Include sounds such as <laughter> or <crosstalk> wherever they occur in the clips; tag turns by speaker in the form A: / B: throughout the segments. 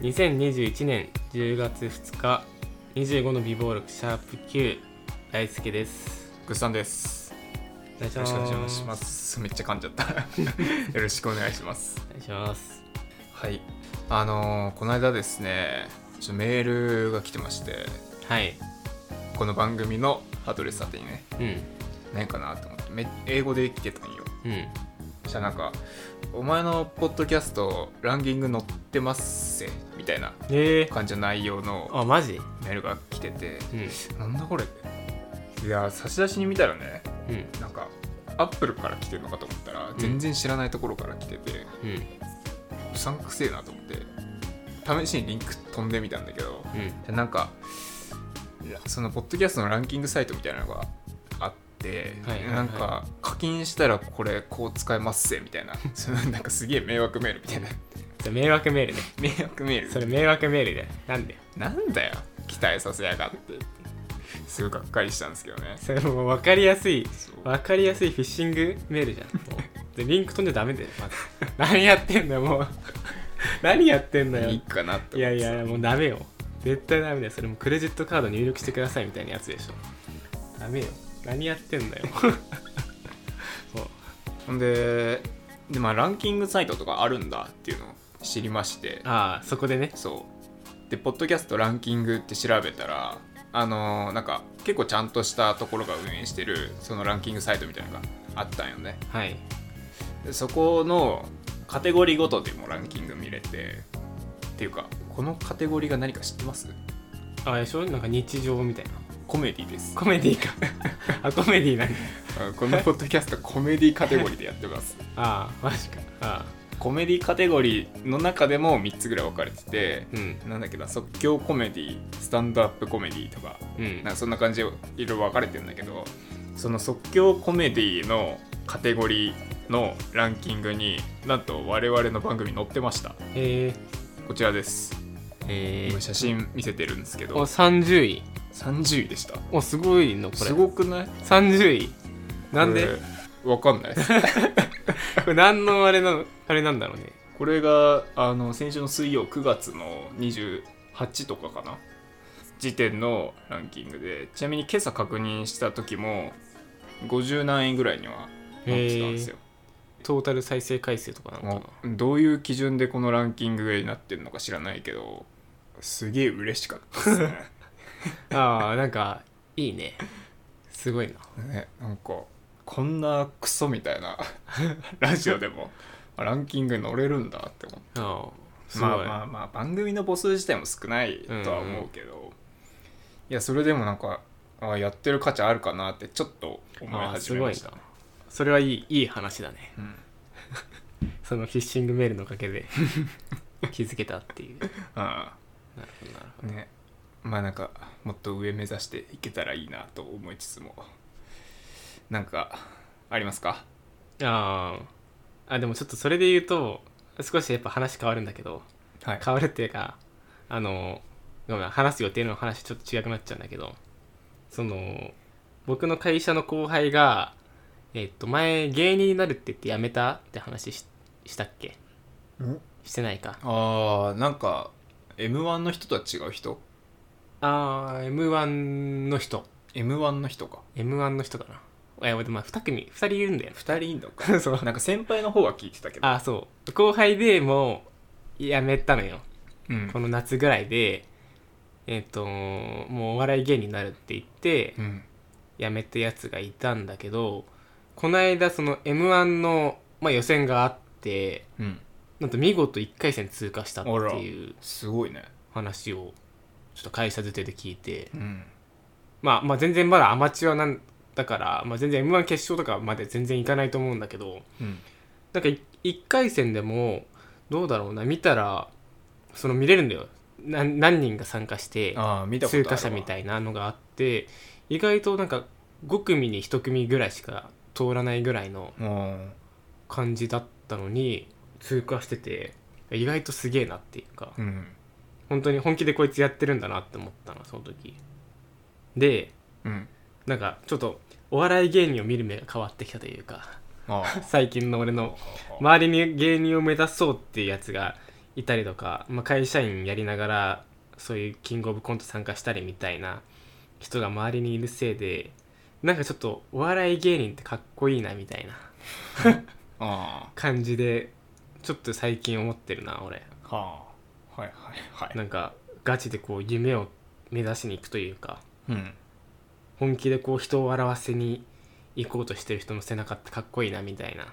A: 2021年10月2日25の美貌録シャープ9大輔です
B: グッさんです。
A: お願いし
B: よ
A: ます
B: ろしくお願いします。めっちゃ噛んじ <laughs> ゃった。よろしくお願いします。
A: お願いします
B: はい。あのーこの間ですね、ちょっとメールが来てまして、
A: はい
B: この番組のアドレス宛てにね、
A: うん
B: 何かなと思って、め英語で来てたんよ。
A: うん
B: じゃなんか、お前のポッドキャストランキング載ってますせみたいな
A: えー、
B: 感じの内容の
A: あマジ
B: メールが来てて、
A: うん
B: なんだこれいや、差出に見たらね、
A: うん
B: なんかアップルから来てるのかと思ったら全然知らないところから来てて、
A: うん
B: うさんくせえなと思って試しにリンク飛んでみたんだけど
A: うん
B: なんかいやそのポッドキャストのランキングサイトみたいなのがあって、
A: はいはいはい
B: なんか課金したらこれこう使えますぜみたいな <laughs> そのなんかすげえ迷惑メールみたいな <laughs>
A: それ迷惑メールね
B: 迷惑メー
A: そ
B: ル
A: れ迷惑メールだよなんで
B: なんだよ期待させやがってすごいがっかりしたんですけどね
A: それもう分かりやすい
B: そう
A: 分かりやすいフィッシングメールじゃんもうでリンク飛んじゃダメだよまず何やってんだよもう何やってんだよ
B: いいかなって
A: い
B: 思っ
A: や
B: て
A: い
B: い
A: やもうダメよ絶対ダメだよそれもクレジットカード入力してくださいみたいなやつでしょダメよ何やってんだよ <laughs> そう
B: ほんでで、まあ、ランキングサイトとかあるんだっていうのを知りまして
A: ああそこでね
B: そうでポッドキャストランキングって調べたらあのーなんか結構ちゃんとしたところが運営してるそのランキングサイトみたいなのがあったんよね
A: はい
B: でそこのカテゴリーごとでもランキング見れてっていうかこのカテゴリーが何か知ってます
A: ああでしょなんか日常みたいな
B: コメディです
A: コメディか <laughs> あコメディなんだ
B: あこのポッドキャストコメディカテゴリーでやってます
A: ああマジかああ
B: コメディカテゴリーの中でも3つぐらい分かれてて、
A: うん
B: なんだっけな即興コメディスタンドアップコメディとか
A: うん
B: なんかそんな感じでいろいろ分かれてるんだけどその即興コメディのカテゴリーのランキングになんと我々の番組載ってました
A: えー、
B: こちらです
A: え
B: 今
A: ー、
B: 写真見せてるんですけ
A: お
B: ど
A: 30位
B: 30位でした
A: おすごいのこれ
B: すごくない
A: 30位なんで
B: これわかんない
A: これ何のあれなのあれなんだろうね
B: これがあの先週の水曜9月の28とかかな時点のランキングでちなみに今朝確認した時も50何位ぐらいには載ってたんですよ
A: トータル再生回数とかなのか
B: もうどういう基準でこのランキングになってるのか知らないけどすげえ嬉しかったですね <laughs>
A: なああなんかいいねすごいな
B: ねなんかこんなクソみたいな <laughs> ラジオでもあランキングに乗れるんだって思っ
A: ああ
B: て
A: すごい、
B: まあまあまあ番組の母数自体も少ないとは思うけど、いやそれでもなんかあやってる価値あるかなってちょっと思い
A: ああ
B: 始
A: す
B: め
A: ご
B: ま
A: い
B: した
A: なそれはいいいい話だね
B: うん
A: そのフィッシングメールのおかげ <laughs> で気づけたっていう
B: あ
A: なるほどなるほ
B: あねまあなんかもっと上目指していけたらいいなと思いつつもなんかありますか
A: どあああでもちょっとそれで言うと少しやっぱ話変わるんだけど
B: はい
A: 変わるっていうかあのごめん話す予定の話ちょっと違くなっちゃうんだけどその僕の会社の後輩がえっと前芸人になるって言って辞めたって話ししたっけしてないか
B: あーなんか m 1の人とは違う人
A: あー M1 の人
B: m 1の人か
A: M1 の人かなえ俺まあ2組2人いるんだよ
B: 2人いんの <laughs> か
A: そう
B: なんか先輩の方は聞いてたけど
A: ああそう後輩でもう辞めたのよ
B: うん
A: この夏ぐらいでえっ、ともうお笑い芸人になるって言って
B: うん
A: 辞めたやつがいたんだけどこの間その m 1の、まあ、予選があって
B: うん
A: なんと見事1回戦通過したっていう
B: すごいね
A: 話をちょっと会社づてで聞いて、
B: うん
A: まあ、まあ全然まだアマチュアなんだから、まあ、全然 m 1決勝とかまで全然いかないと思うんだけど
B: うん
A: なんか1回戦でもどうだろうな見たらその見れるんだよな何人が参加して
B: ああ見たことあ
A: 通
B: る
A: 過者み
B: い
A: たいなのがあって意外となんか5組に1組ぐらいしか通らないぐらいの
B: うん
A: 感じだったのに通過してて意外とすげえなっていうか
B: うん
A: 本当に本気でこいつやってるんだなって思ったなその時で
B: うん
A: なんかちょっとお笑い芸人を見る目が変わってきたというか
B: ああ
A: 最近の俺の周りに芸人を目指そうっていうやつがいたりとか、まあ、会社員やりながらそういうキングオブコント参加したりみたいな人が周りにいるせいでなんかちょっとお笑い芸人ってかっこいいなみたいな
B: あ
A: 感じでちょっと最近思ってるな俺
B: あはあはいはいはい
A: なんかガチでこう夢を目指しに行くというか
B: うん
A: 本気でこう人を笑わせに行こうとしてる人の背中ってかっこいいなみたいな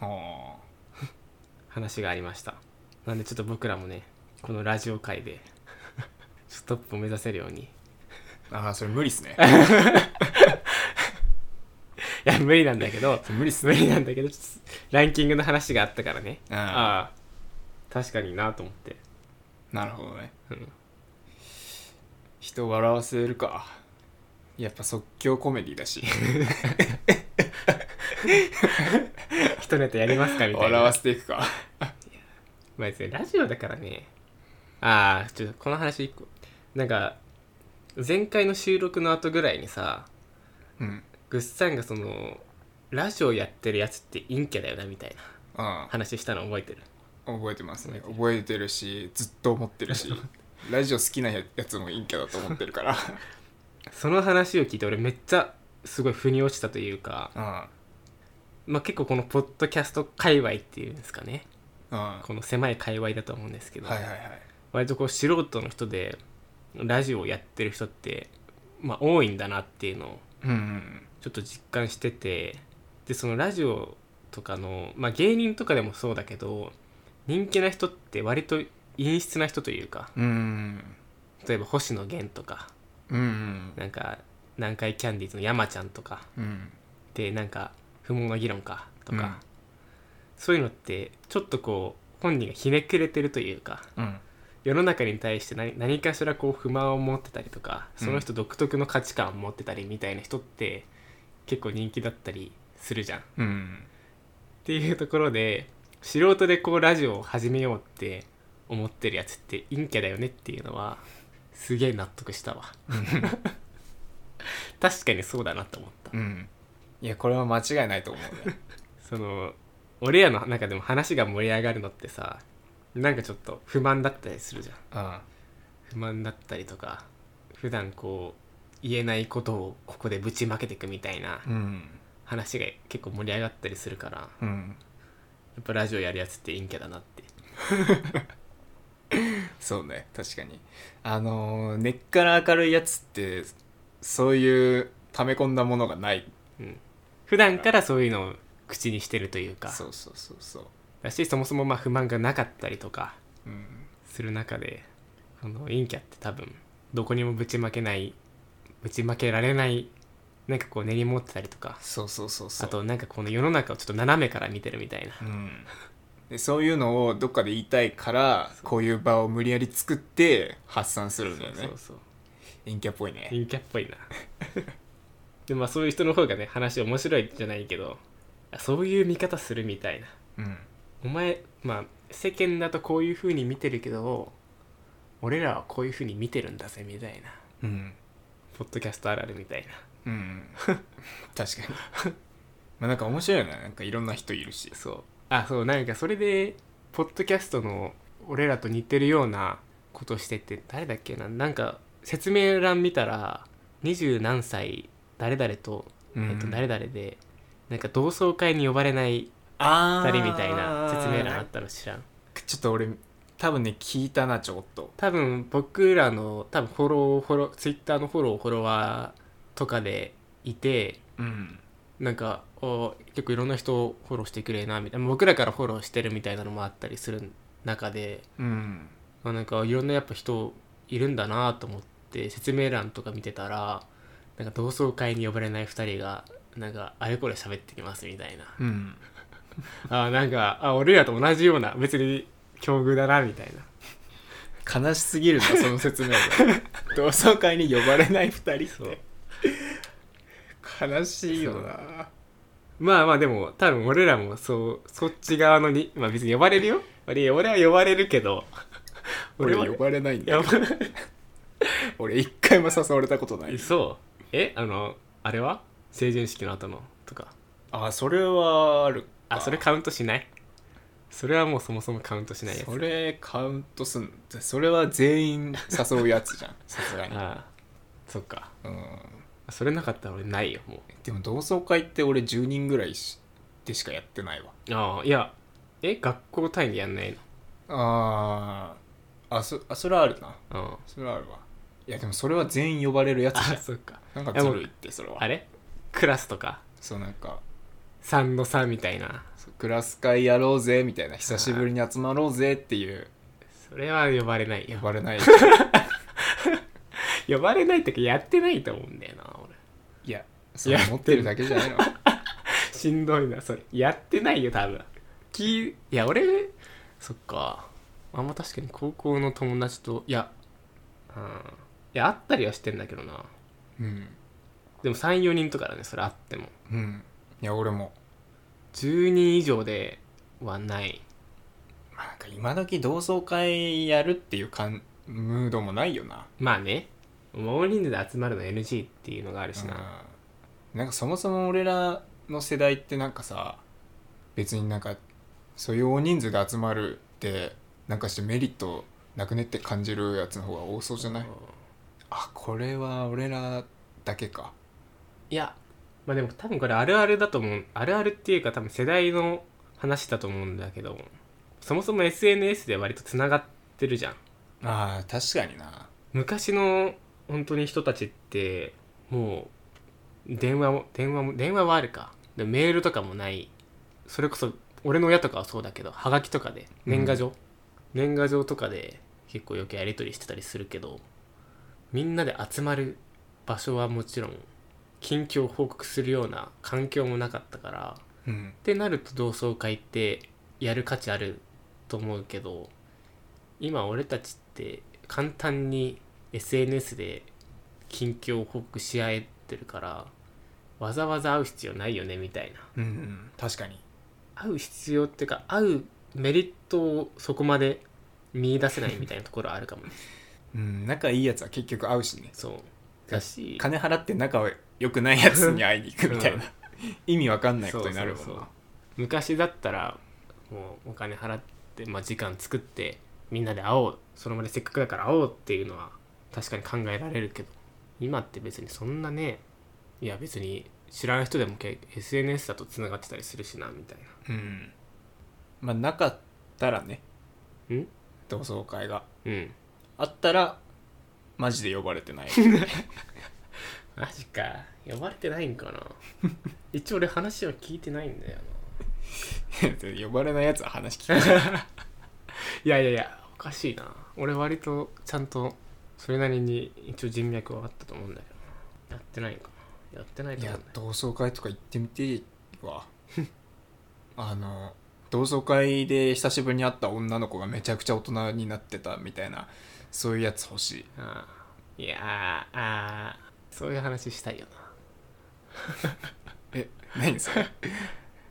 B: あ
A: 話がありましたなんでちょっと僕らもねこのラジオ界で <laughs> ちょっとトップを目指せるようにい
B: あああそれ無理っす
A: <laughs>
B: ね
A: や無理なんだけど <laughs>
B: それ無理っす
A: 無
B: ね
A: 理なんだけどちょっとランキングの話があったからねああ
B: あ
A: 確かになと思って
B: あなるほどね、
A: うん
B: 人を笑わせるかやっぱ即興コメデ
A: <laughs>
B: ィだし
A: 一ネタやりますかみたいな
B: 笑わせていくか
A: <laughs> まあ別にラジオだからねああちょっとこの話一個なんか前回の収録の後ぐらいにさ
B: うん
A: ぐっさんがそのラジオやってるやつって陰キャだよなみたいな
B: ああ
A: 話したの覚えてる
B: 覚えてますね
A: 覚えてる
B: 覚えてるしずっと思っ
A: <laughs>
B: てるしラジオ好きなやつも陰キャだと思ってるから
A: その話を聞いて俺めっちゃすごい腑に落ちたというか、
B: あ
A: まあ、結構このポッドキャスト界隈っていうんですかね
B: ああ
A: この狭い界隈だとは思うんですけ
B: あ
A: ど、
B: はいはいはい
A: 割とこう素人の人でラジオをやってる人って、まあ、多いんだなっていうのを
B: うんうん
A: ちょっと実感しててでそのラジオとかの、まあ、芸人とかでもそうだけど人気な人って割と陰湿な人というか
B: うん
A: 例えば星野源とか
B: うんうん
A: なんか南海キャンディーズの山ちゃんとか
B: うん
A: でなんか不毛な議論かとか、
B: うん
A: そういうのってちょっとこう本人がひねくれてるというか
B: うん
A: 世の中に対して何何かしらこう不満を持ってたりとか
B: うん
A: その人独特の価値観を持ってたりみたいな人って結構人気だったりするじゃん。っ
B: うん
A: ていうところで素人でこうラジオを始めようって思ってるやつって陰キャだよねっていうのはすげえ納得したわ。確かにそうだなと思った。
B: うんいやこれは間違いないと思うね
A: その俺らの中でも話が盛り上がるのってさなんかちょっと不満だったりするじゃん
B: あ
A: 不満だったりとか普段こう言えないことをここでぶちまけていくみたいな
B: あうん
A: 話が結構盛り上がったりするからや
B: うん
A: っぱラジオやるやつって陰キャだなって
B: そうね確かにあのー根っから明るいやつってそういう溜め込んだものがない
A: 普段からそういうのを口にしてるというか
B: そうそうそうそう
A: だしそもそもまあ不満がなかったりとか
B: うん
A: する中でこの陰キャって多分どこにもぶちまけないぶちまけられないなんかこう根に持ってたりとか
B: そうそうそうそう
A: あとなんかこの世の中をちょっと斜めから見てるみたいな
B: うんでそういうのをどっかで言いたいからこういう場を無理やり作って発散するんだよね
A: そうそう
B: 陰キャっぽいね
A: 陰キャっぽいな <laughs> でまあそういう人の方がね話面白いじゃないけどあそういう見方するみたいな
B: うん
A: お前まあ世間だとこういう風に見てるけど俺らはこういう風に見てるんだぜみたいな
B: うん
A: ポッドキャストあるあるみたいな
B: うん確かにまあなんか面白いよねなんかいろんな人いるし
A: そうあそうなんかそれでポッドキャストの俺らと似てるようなことしてって誰だっけななんか説明欄見たら二十何歳誰々と、
B: うん
A: えっと、誰々でなんか同窓会に呼ばれない
B: あ
A: 2
B: ー
A: 人みたいな説明欄あったの知らん
B: ちょっと俺多分ね聞いたなちょっと
A: 多分僕らの多分フォローフォローツイッターのフォローフォロワーとかでいて
B: うん
A: なんかお結構いろんな人をフォローしてくれなみたいな僕らからフォローしてるみたいなのもあったりする中で
B: うん
A: まあ、なんかいろんなやっぱ人いるんだなと思って説明欄とか見てたらなんか同窓会に呼ばれない2人がなんかあれこれ喋ってきますみたいな
B: うん
A: あーなんかあ俺らと同じような別に境遇だなみたいな
B: 悲しすぎるなその説 <laughs> 明が同窓会に呼ばれない2人
A: そ
B: っ
A: う
B: て悲しいよな
A: まあまあでも多分俺らもそうそっち側のにまあ別に呼ばれるよ俺俺は呼ばれるけ <laughs> ど
B: 俺
A: は
B: 呼ばれないんだ
A: 呼ば
B: よ
A: れ
B: 俺一回も誘われたこと
A: <laughs>
B: ない
A: そうえあのあれは成人式の後のとか
B: あそれはある
A: あそれカウントしないそれはもうそもそもカウントしないやつ
B: それカウントすんそれは全員誘うやつじゃんさすがに、
A: ああそっか
B: うん、
A: それなかったら俺ないよも
B: でも同窓会って俺10人ぐらいしでしかやってないわ
A: うああいやえ学校単位でやんないの
B: あーあそあそれはあるな
A: うん
B: それはあるわいやでもそれは全員呼ばれるやつじ
A: あ
B: ゃん
A: そっか
B: なんかずるいってそれは
A: あれクラスとか
B: そうなんか
A: 3の3みたいな
B: そうクラス会やろうぜみたいな久しぶりに集まろうぜっていう
A: それは呼ばれないよ
B: 呼ばれ <laughs> ない
A: 呼ばれないってかやってないと思うんだよな俺
B: いやそれ持ってるだけじゃないの
A: しんどいなそれやってないよ多分きいや俺そっかあんま確かに高校の友達といやうんいやあったりはしてんだけどな
B: うん
A: でも34人とかだねそれあっても
B: うんいや俺も
A: 10人以上ではない
B: まあなんか今時同窓会やるっていうかんムードもないよな
A: まあね大人数で集まるの NG っていうのがあるしな、
B: うんなんかそもそも俺らの世代ってなんかさ別になんかそういう大人数で集まるってなんかしてメリットなくねって感じるやつの方が多そうじゃないあこれは俺らだけか
A: いやまあでも多分これあるあるだと思うあるあるっていうか多分世代の話だと思うんだけどそもそも SNS で割とつながってるじゃん
B: ああ確かにな
A: 昔の本当に人たちってもう電話も電話も電話はあるかでもメールとかもないそれこそ俺の親とかはそうだけどはがきとかで年賀状、年賀状とかで結構よくやり取りしてたりするけどみんなで集まる場所はもちろん近況を報告するような環境もなかったから
B: うん
A: ってなると同窓会ってやる価値あると思うけど今俺たちって簡単に SNS で近況を報告し合えてるからわざわざ会う必要ないよねみたいな
B: うん、うん、確かに
A: 会う必要っていうか会うメリットをそこまで見出せないみたいなところはあるかもね
B: うん仲いいやつは結局会うしね
A: そうだし
B: 金払って仲は良くないやつに会いに行く <laughs> みたいな、
A: う
B: 意味わかんないことになるもんな
A: そうそうそう昔だったらもうお金払って、まあ、時間作ってみんなで会おうその場でせっかくだから会おうっていうのは確かに考えられるけど今って別にそんなねいや別に知らない人でもけ SNS だとつながってたりするしなみたい
B: うんまあなかったらね
A: ん
B: 同窓会が
A: なうん
B: あったらマジで呼ばれ
A: <laughs>
B: てない
A: マジか呼ばれてないん <laughs> かな一応俺話は聞いてないんだよな
B: 呼ばれないやつは話聞
A: <laughs>
B: く
A: いやいやいやおかしいな俺割とちゃんとそれなりに一応人脈はあったと思うんだけどなやってないのかなやってない
B: い
A: と思
B: や
A: うんだよ
B: 同窓会とか行ってみていわあの同窓会で久しぶりに会った女の子がめちゃくちゃ大人になってたみたいなそういうやつ欲しい
A: ああいやーあーそういう話したいよ
B: え何
A: <laughs>
B: それ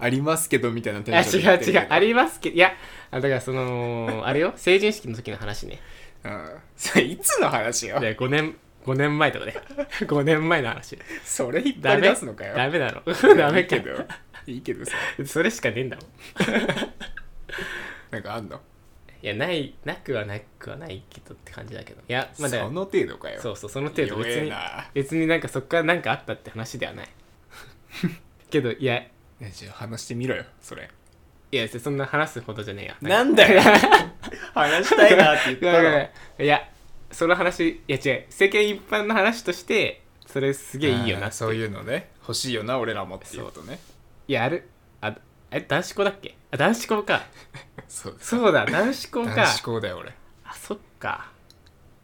B: ありますけどみたいなテ
A: なあ
B: ンシ
A: 違
B: ョンで言
A: う
B: ってる
A: 違うありますけどいやあだからそのあれ
B: <laughs>
A: よ成人式の時の話ね
B: うんそれいつの話よ
A: で5年5年前とかね <laughs> 5年前の話
B: それ引っ張
A: ダ
B: り
A: メ
B: 出すのかよ
A: ダメだろダメ
B: い
A: け
B: いけどいいけどさ
A: どそれしかねえんだもん
B: なんかあんの
A: いやないなくはなくはないけどって感じだけどいやまあだか
B: その程度かよ
A: らそうそうその程度
B: 弱
A: 別
B: え
A: に
B: な
A: 別になんかそっからなんかあったって話ではない
B: <laughs>
A: けどいやい
B: ねじゃあ話してみろよそれ
A: やそんな話すほどじゃねえや
B: んだよ話した <laughs> いなって言っ
A: ごめんごめんいやその話いや違う世間一般の話としてそれすげえいいよなって
B: そういうのね欲しいよな俺らもっていうことね
A: いやあるあえ男子校だっけあ男子校か
B: そう
A: そうだ <laughs> 男子校か
B: 男子校だよ俺
A: あそっか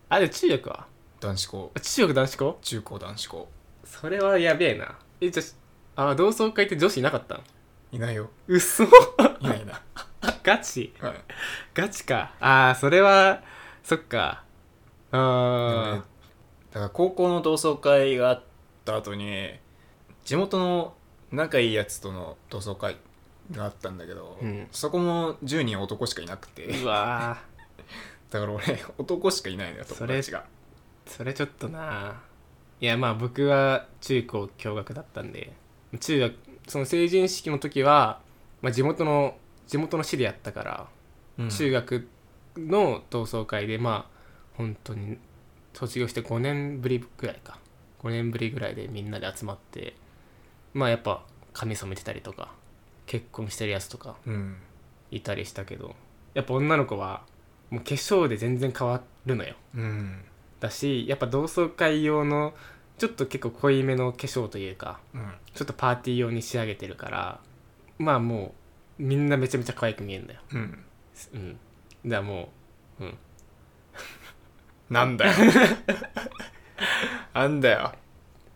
A: あでも中学は
B: 男子校
A: 中学男子校
B: 中高男子校
A: それはやべえなえじゃああ同窓会って女子いなかったの
B: いないよ
A: うっそ
B: いないな、
A: <laughs> ガチ
B: はい
A: ガチかああそれはそっか
B: でも
A: あ
B: ねだから高校の同窓会があった後に地元の仲いいやつとの同窓会があったんだけど、
A: うん
B: そこも10人男しかいなくて
A: ーうわー
B: だから俺男しかいないのよ友達が
A: それちょっとないやまあ僕は中高共学だったんで中学その成人式の時は、まあ、地元の地元の市でやったから、
B: うん
A: 中学の同窓会でまあ本当に卒業して5年ぶりぐらいか5年ぶりぐらいでみんなで集まってまあやっぱ髪染めてたりとか結婚してるやつとか
B: うん
A: いたりしたけどやっぱ女の子はもう化粧で全然変わるのよ
B: うん
A: だしやっぱ同窓会用のちょっと結構濃いめの化粧というか
B: うん
A: ちょっとパーティー用に仕上げてるからまあもうみんなめちゃめちゃ可愛く見えるんだよ
B: うん
A: うんだからもう
B: なん <laughs> だよなんだよ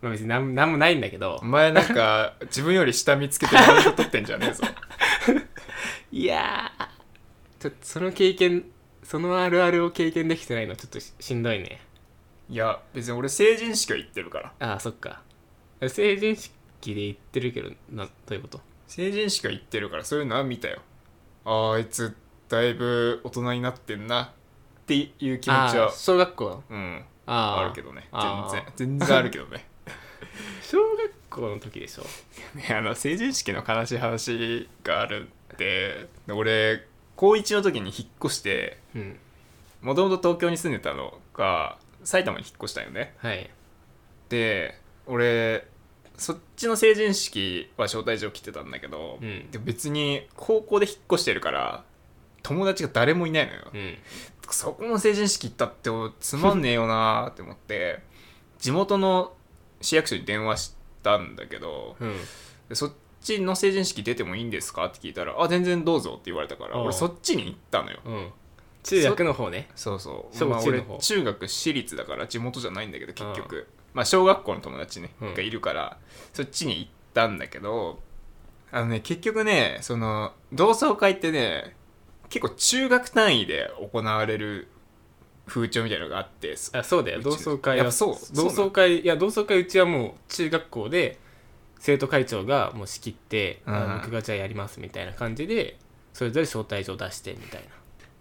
A: まあ別になんなんもないんだけど
B: お、前なんか自分より下見つけてマウント取ってんじゃねえぞ
A: いやー、ちょっとその経験、そのあるあるを経験できてないのちょっとししんどいね。
B: いや別に俺成人式は行ってるから
A: ああ、そっか。成人式で言ってるけど、な、どういうこと
B: 成人式は行ってるからそういうのは見たよあーあいつだいぶ大人になってんなっていう気持ち
A: あー
B: は
A: 小学校
B: うん
A: あ
B: あ
A: ー
B: るけどね
A: あー
B: 全然全然あるけどね <laughs>
A: 小学校の時でしょ。
B: ねあの成人式の悲しい話があるってで俺高1の時に引っ越して
A: うん。
B: もともと東京に住んでたのが埼玉に引っ越したよね
A: はい。
B: で俺そっちの成人式は招待状来てたんだけど、
A: うん
B: で別に高校で引っ越してるから友達が誰もいないのよ、
A: うん。
B: そこの成人式行ったってつまんねえよなーって思って <laughs> 地元の市役所に電話したんだけど
A: うん。
B: でそっちの成人式出てもいいんですかって聞いたら「あ全然どうぞ」って言われたから
A: ああ
B: 俺そっちに行ったのよ
A: うん。中学の方ね。
B: そうそう
A: 小
B: まあ
A: 中の
B: 俺
A: 方
B: 中学私立だから地元じゃないんだけど結局まあ小学校の友達ね
A: うん
B: がいるからそっちに行ったんだけどあのね結局ねその同窓会ってね結構中学単位で行われる風潮みたいなのがあってそ
A: あ、そうだよ。
B: うち
A: 同窓会
B: やっ
A: は。
B: ぱそう
A: 同
B: そうな
A: 窓
B: の
A: 会、いや、同窓会うちはもう中学校で、生徒会長がもう仕切って、あ
B: うん
A: 僕がじゃあやりますみたいな感じで、それぞれ招待状出してみたいな。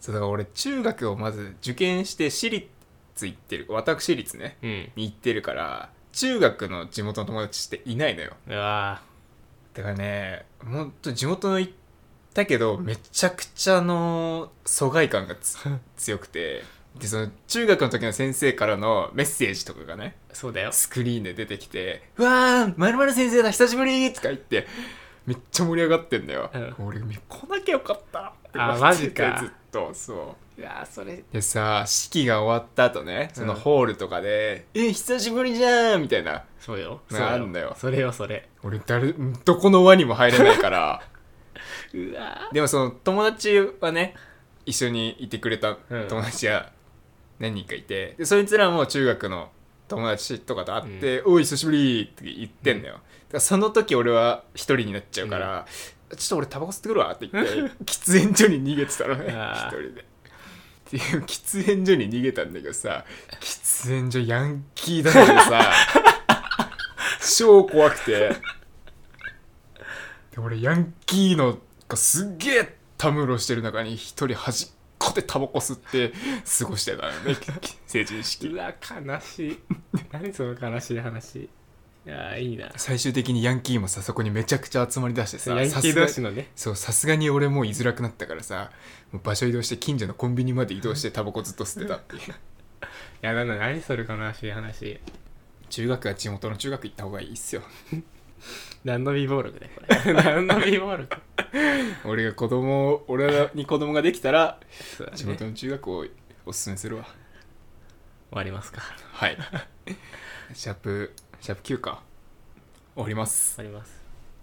B: そうだから俺中学をまず受験して私立行ってる私立ね
A: うん。
B: に行ってるから中学の地元の友達っていないのよ
A: うわ
B: だからねほんと地元の行ったけどめちゃくちゃあの疎外感がつ強
A: <laughs>
B: くてでその中学の時の先生からのメッセージとかがね
A: ーそうだよ。
B: スクリーンで出てきて「うわーまるまる先生だ久しぶり!」とか言ってめっちゃ盛り上がってんだよ、
A: う
B: 俺来なきゃよかったって
A: あー
B: 思ってて
A: マジか
B: ずっとそう
A: いやーそれ。
B: でさ式が終わった後ねその
A: うん
B: ホールとかで「え久しぶりじゃん!」みたいな
A: そうよ。そうよ
B: なんだよ
A: それよ、それ。
B: 俺誰どこの輪にも入れないから
A: うわ
B: でもその友達はね一緒にいてくれた
A: うん
B: 友達が何人かいてでそいつらも中学の友達とかと会って「おい久しぶり!」って言ってんだよ、だからその時俺は一人になっちゃうから「ちょっと俺タバコ吸ってくるわ」って言って <laughs> 喫煙所に逃げてたのね
A: あ
B: 一
A: ー
B: 人で。っていう喫煙所に逃げたんだけどさ喫煙所ヤンキーだけどさ超怖くて。 <laughs> で俺ヤンキーのがすっげえたむろしてる中に一人端っこでタバコ吸って過ごしてたの <laughs> ね成人
A: う
B: 式
A: わ悲し <laughs> い。何その悲しい話。いやーいいな。
B: 最終的にヤンキーもさそこにめちゃくちゃ集まりだしてさ
A: ヤンキ
B: さす
A: ー
B: が
A: 同
B: に
A: 士のね。
B: そうさすがに俺もう居づらくなったからさもう場所移動して近所のコンビニまで移動してタバコずっと吸ってたっていう
A: いや、なんだ、何それ悲しい話。
B: <laughs> 中学は地元の中学行った方がいいっすよ
A: 何の美貌録だよ、これ。 <laughs> 何の美貌録。
B: <laughs> 俺が子供を俺に子供ができた <laughs> ら
A: そうだね
B: 地
A: 終
B: 元の中学をおすすめするわ
A: わりますか。
B: <laughs> はいシャープシャープ9か終わります
A: 終わります。